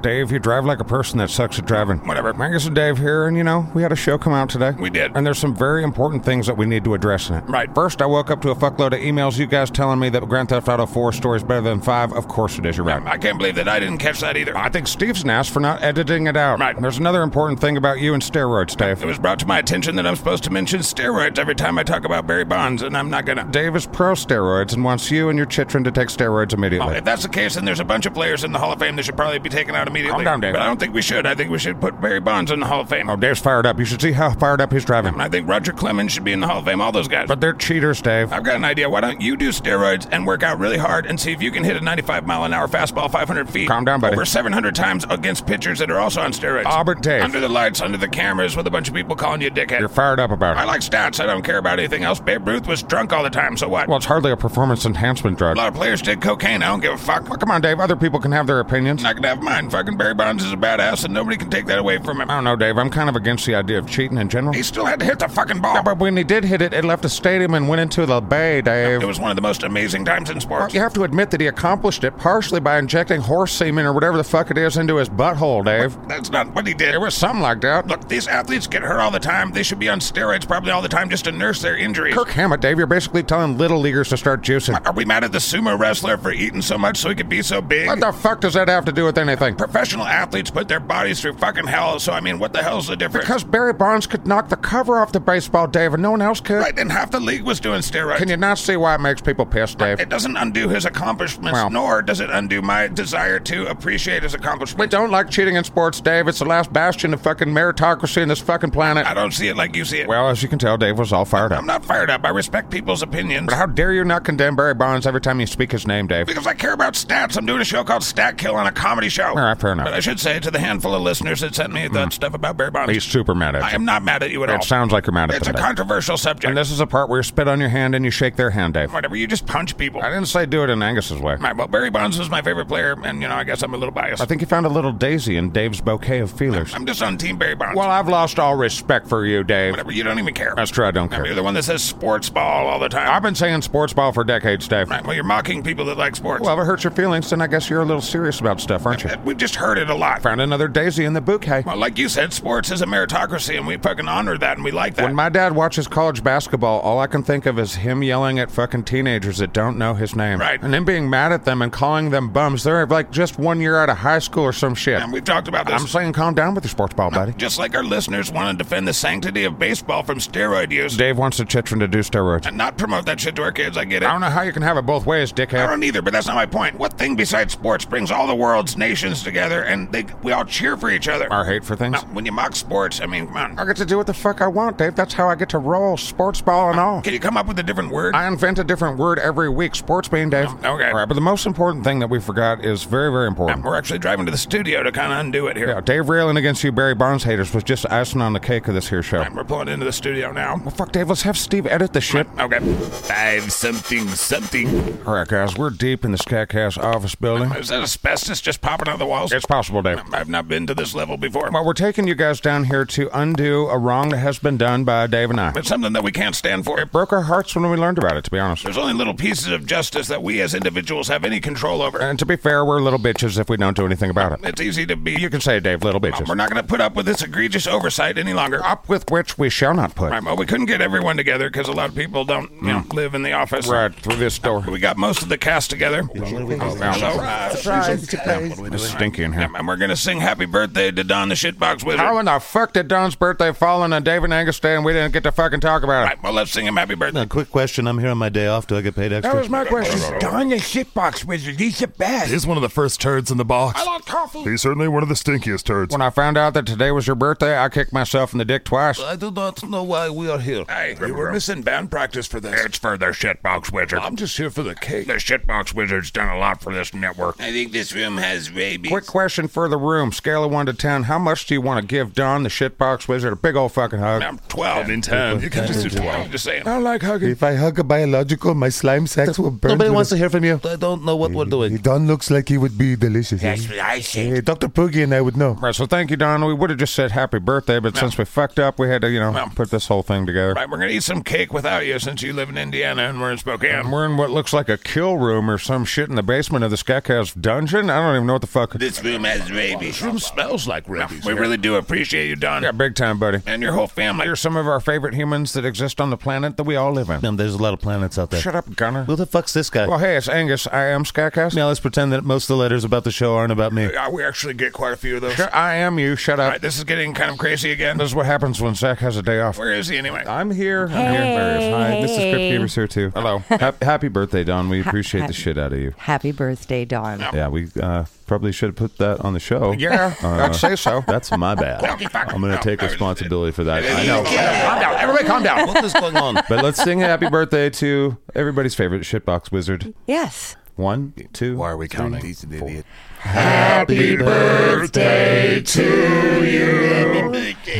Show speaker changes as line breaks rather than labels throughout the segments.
Dave, you drive like a person that sucks at driving. Whatever. Magus and Dave here, and you know, we had a show come out today.
We did.
And there's some very important things that we need to address in it.
Right.
First, I woke up to a fuckload of emails you guys telling me that Grand Theft Auto 4 story is better than 5. Of course it is, you're right.
Um, I can't believe that I didn't catch that either.
I think Steve's an ass for not editing it out.
Right.
There's another important thing about you and steroids, Dave.
It was brought to my attention that I'm supposed to mention steroids every time I talk about Barry Bonds, and I'm not gonna.
Dave is pro steroids and wants you and your chitrin to take steroids
Oh,
immediately.
if that's the case, then there's a bunch of players in the Hall of Fame that should probably be taken out immediately.
Calm down, Dave.
But I don't think we should. I think we should put Barry Bonds in the Hall of Fame.
oh, Dave's fired up. You should see how fired up he's driving.
I think Roger Clemens should be in the Hall of Fame. All those guys.
But they're cheaters, Dave.
I've got an idea. Why don't you do steroids and work out really hard and see if you can hit a 95 mile an hour fastball 500 feet?
Calm down, buddy.
Over 700 times against pitchers that are also on steroids.
Ah, but Dave-
Under the lights, under the cameras, with a bunch of people calling you a dickhead.
You're fired up about
I
it.
like stats. I don't care about anything else. Babe Ruth was drunk all the time, so what?
Well, it's hardly a performance enhancement
a
drug.
lot of players did cocaine. I don't give a fuck.
Well, come on, Dave. Other people can have their opinions.
I can have mine. Fucking Barry Bonds is a badass, and nobody can take that away from him.
I don't know, Dave. I'm kind of against the idea of cheating in general.
He still had to hit the fucking ball.
But when he did hit it, it left the stadium and went into the bay,
It
Dave.
was one of the most amazing times in sports.
You have to admit that he accomplished it partially by injecting horse semen or whatever the fuck it is into his butthole, Dave.
That's not what he did.
It was something like that.
Look, these athletes get hurt all the time. They should be on steroids probably all the time just to nurse their injuries.
Kirk Hammett, Dave, you're basically telling little leaguers to start juicing.
Are we mad at the sumo wrestler for eating so much so he could be so big?
What the fuck does that have to do with anything?
Professional athletes put their bodies through fucking hell, so I mean, what the hell's the difference?
Because Barry Bonds could knock the cover off the baseball, Dave, and no one else could.
right, and half the league was doing steroids.
Can you not see why it makes people pissed, Dave?
it doesn't undo his accomplishments,
Well-
nor does it undo my desire to appreciate his
We
accomplishments.
don't like cheating in sports, Dave. It's the last bastion of fucking meritocracy in this fucking planet.
I don't see it like you see it.
Well, as you can tell, Dave was all fired up.
I'm not fired up. I respect people's opinions.
But how dare you not condemn Barry Bonds every time you speak his name, Dave?
Because I care about stats. I'm doing a show called Stat Kill on a comedy show.
All right, fair
But
enough.
I should say to the handful of listeners that sent me
Mm-hmm.
that stuff about Barry Bonds,
He's super mad
I
at
am not mad at you at
you.
all.
It sounds like you're mad at
it's a
them, Dave.
controversial subject.
And this is the part where you spit on your hand and you shake their hand, Dave.
Whatever, you just punch people.
I didn't say do it in Angus's way.
All right, well, Barry Bonds was my favorite player, and, you know, I guess I'm a little biased.
I think you found a little daisy in Dave's bouquet of feelers.
I'm just on Team Barry Bonds.
Well, I've lost all respect for you, Dave.
Whatever, you don't even care.
That's true, I don't
You're
care.
the one that says sports ball all the time.
I've been saying sports ball for decades, Dave.
Right, well, you're mocking people that like sports.
Well, if it hurts your feelings, then I guess you're a little serious about stuff, aren't you?
We've just heard it a lot.
Found another daisy in the bouquet.
Well, like you said, sports is a meritocracy, and we fucking honor that, and we like that.
When my dad watches college basketball, all I can think of is him yelling at fucking teenagers that don't know his name.
Right.
And then being mad at them and calling them bums. They're like just one year out of high school or some shit.
and we've talked about this.
I'm saying calm down with your sports ball, buddy.
Just like our listeners want to defend the sanctity of baseball from steroid use
Dave wants the chitrin to do steroids.
and not promote that shit to our kids, I get it.
I
I
don't know how you can have it both ways, dickhead.
don't either, but that's not my point. What thing besides sports brings all the world's nations together and they we all cheer for each other?
Our hate for things.
Now, when you mock sports, I mean, come on.
I get to do what the fuck I want, Dave. That's how I get to roll, sports ball and all.
Can you come up with a different word?
I invent a different word every week. Sports being Dave.
okay.
All right, but the most important thing that we forgot is very, very important.
We're actually driving to the studio to kind of undo it here.
Yeah, Dave railing against you, Barry Bonds haters, was just icing on the cake of this here show.
We're pulling into the studio now.
Well, fuck, Dave, let's have Steve edit the shit.
Okay.
Five something something.
All right, guys, we're deep in the Scatcast office building.
Is that asbestos just popping out of the walls?
It's possible, Dave.
I've not been to this level before.
Well, we're taking you guys down here to undo a wrong that has been done by Dave and I.
It's something that we can't stand for.
Broke our hearts when we learned about it, to be honest.
There's only little pieces of justice that we as individuals have any control over.
And to be fair, we're little bitches if we don't do anything about it.
It's easy to be.
You can say, Dave, little
We're
bitches.
not going to put up with this egregious oversight any longer.
Up with which we shall not put.
Right, well, we couldn't get everyone together because a lot of people don't you know, live in the office.
Hmm. Right through this door.
We got most of the cast together. So, uh,
It's stinky in here.
and we're going to sing happy birthday to Don the Shitbox Wizard.
How in the fuck did Don's birthday fall on a Dave and Angus day and we didn't get to fucking talk about it?
Right, well, let's sing him happy birthday.
Now, quick question. I'm here on my day off. Do I get paid
That
extra?
was my question.
Don the shitbox wizard, he's the best.
He's one of the first turds in the box.
love coffee.
He's certainly one of the stinkiest turds.
When I found out that today was your birthday, I kicked myself in the dick twice.
I do not know why we are here.
Hey,
we were missing band practice for this.
It's for the Shitbox Wizard.
I'm just here for the cake.
The Shitbox Wizard's done a lot for this network.
I think this room has rabies.
Quick question for the room. Scale of 1 to 10. How much do you want to give Don the shitbox wizard a big old fucking hug?
I'm 12.
In time, you can just do
I'm
12.
just saying.
I like hugging.
If I hug a biological, my slime sacks will burn.
Nobody wants to hear from you.
I don't know what we're doing.
Don looks like he would be delicious.
That's
eh?
what I say.
Eh, Dr. Poogie and I would know.
Right, so thank you, Don. We would have just said happy birthday, but since we fucked up, we had to, you know, put this whole thing together.
Right, we're going to eat some cake without you since you live in Indiana and we're in Spokane.
Mm-hmm.
We're in what looks like a kill room or some shit in the basement of the Skekaz dungeon. I don't even know what the fuck.
The
This room has rabies.
Shroom smells like rabies.
We really do appreciate you, Don.
Yeah, big time, buddy.
And your whole family.
You're some of our favorite humans that exist on the planet that we all live in.
Um, there's a lot of planets out there.
Shut up, Gunner.
Who the fuck's this guy?
Well, hey, it's Angus. I am Skycast.
now let's pretend that most of the letters about the show aren't about me.
Uh, we actually get quite a few of those.
Sure, I am you. Shut up.
All right, this is getting kind of crazy again.
This is what happens when Zach has a day off.
Where is he anyway?
I'm here. I'm here.
Hey.
Hi, this is Crypt Keepers here too.
Hello.
Hap- happy birthday, Don. We appreciate
happy-
the shit out of you.
Happy birthday, Dawn.
Yeah, we uh, probably should have put that on the show. Uh,
Yeah, I'd say so.
That's my bad. I'm going to take responsibility for that. I know.
Calm down. Everybody calm down.
What is going on?
But let's sing happy birthday to everybody's favorite shitbox wizard.
Yes.
One, two.
Why are we counting? He's an idiot.
Happy birthday to you.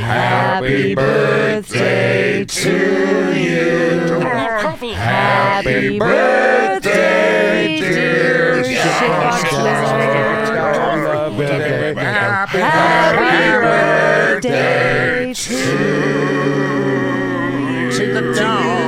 Happy birthday to you. Happy birthday, dear Shitbox Lizard. Happy birthday to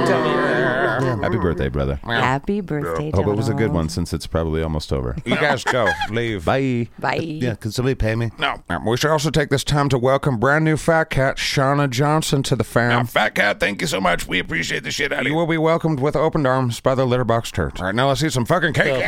Happy birthday, brother.
Happy birthday,
Hope it was a good
Donald.
one since it's probably almost over.
You guys go. Leave.
Bye.
Bye.
Yeah, could somebody pay me?
Um, We should also take this time to welcome brand new fat cat Shauna Johnson to the fam.
Fat Cat, thank you so much. We appreciate the shit out of
You
you.
will be welcomed with opened arms by the litterbox turds. All right, now let's eat some fucking cake.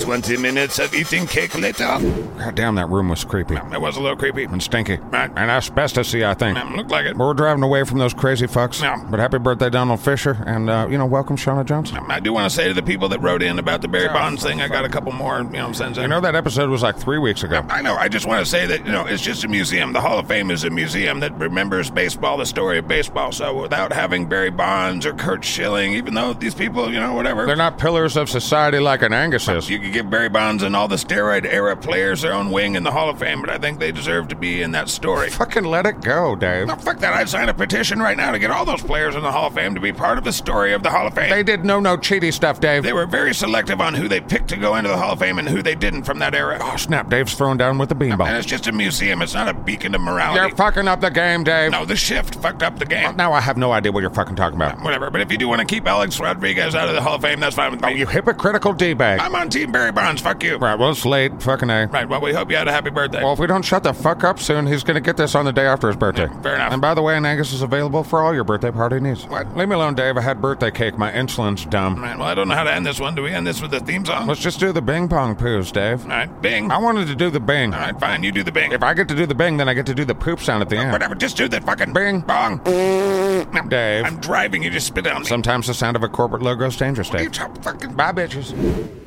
20 minutes of eating cake later.
God damn, that room was creepy
It was a little creepy.
and stinky and asbestos-y, I think.
Looked like it.
We're driving away from those crazy fucks. But happy birthday, Donald Fisher, and uh, you know, welcome Shauna Johnson.
I do want to say to the people that wrote in about the Barry Bonds thing, I got a couple more, you know what I'm saying?
You know that episode was like three weeks ago.
I know. I just want to say that, you know, it's just a museum. The Hall of Fame is a museum that remembers baseball, the story of baseball. So without having Barry Bonds or Kurt Schilling, even though these people, you know, whatever.
They're not pillars of society like an Angus is.
you could give Barry Bonds and all the steroid era players their own wing in the Hall of Fame, but I think they deserve to be in that story.
Fucking let it go, Dave.
No, fuck that. I'd sign a petition right now to get all those players in the Hall of Fame to be part of the story of the Hall of Fame.
They did no no cheaty stuff, Dave.
They were very selective on who they picked to go into the Hall of Fame and who they didn't from that era.
Oh, snap, Dave's thrown down with the
And
beanball.
it's just a museum. It's not a beacon of morality.
You're fucking Oh, up the game, Dave.
no, the shift fucked up the game.
Now I have no idea what you're fucking talking about.
Whatever. But if you do want to keep Alex Rodriguez out of the Hall of Fame, that's fine with me.
Oh, You hypocritical D-bag.
I'm on Team Barry Bonds. Fuck you.
Right, well, it's late. Fucking A.
Right. Well, we hope you had a happy birthday.
Well, if we don't shut the fuck up soon, he's going to get this on the day after his birthday.
fair enough.
And by the way, an Angus is available for all your birthday party needs. What? Leave me alone, Dave. I had birthday cake. My insulin's dumb.
right. Well, I don't know how to end this one. Do we end this with the theme song?
Let's just do the bing pong poos, Dave.
All right. Bing.
I
All
wanted to do the bing.
right. Fine. You do the bing.
If I get to do the bing, then I get to do the poop sound at the end.
Whatever. Just do the fucking
Bing.
bong.
Dave.
I'm driving. You just spit on me.
Sometimes the sound of a corporate logo is dangerous, Dave.
You talk fucking
Bye, bitches.